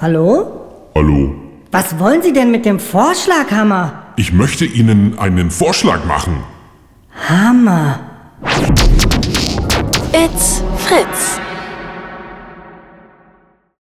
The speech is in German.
Hallo? Hallo. Was wollen Sie denn mit dem Vorschlaghammer? Ich möchte Ihnen einen Vorschlag machen. Hammer. It's Fritz.